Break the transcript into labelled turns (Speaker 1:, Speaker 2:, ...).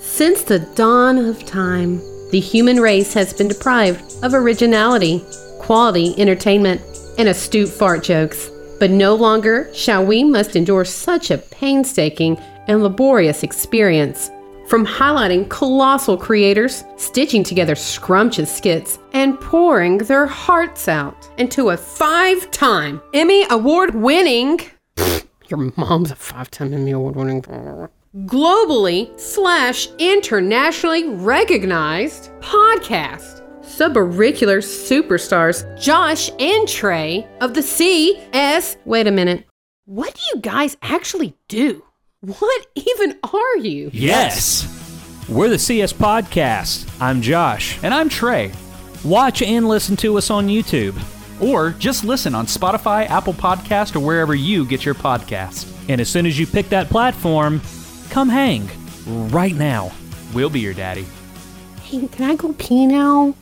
Speaker 1: Since the dawn of time, the human race has been deprived of originality, quality entertainment, and astute fart jokes. But no longer shall we must endure such a painstaking and laborious experience. From highlighting colossal creators, stitching together scrumptious skits, and pouring their hearts out into a five time Emmy Award winning. Your mom's a five time Emmy Award winning. Globally slash internationally recognized podcast. Subauricular superstars Josh and Trey of the CS. Wait a minute. What do you guys actually do? What even are you?
Speaker 2: Yes. We're the CS Podcast. I'm Josh.
Speaker 3: And I'm Trey.
Speaker 2: Watch and listen to us on YouTube.
Speaker 3: Or just listen on Spotify, Apple Podcast, or wherever you get your podcasts.
Speaker 2: And as soon as you pick that platform, come hang right now.
Speaker 3: We'll be your daddy.
Speaker 1: Hey, can I go pee now?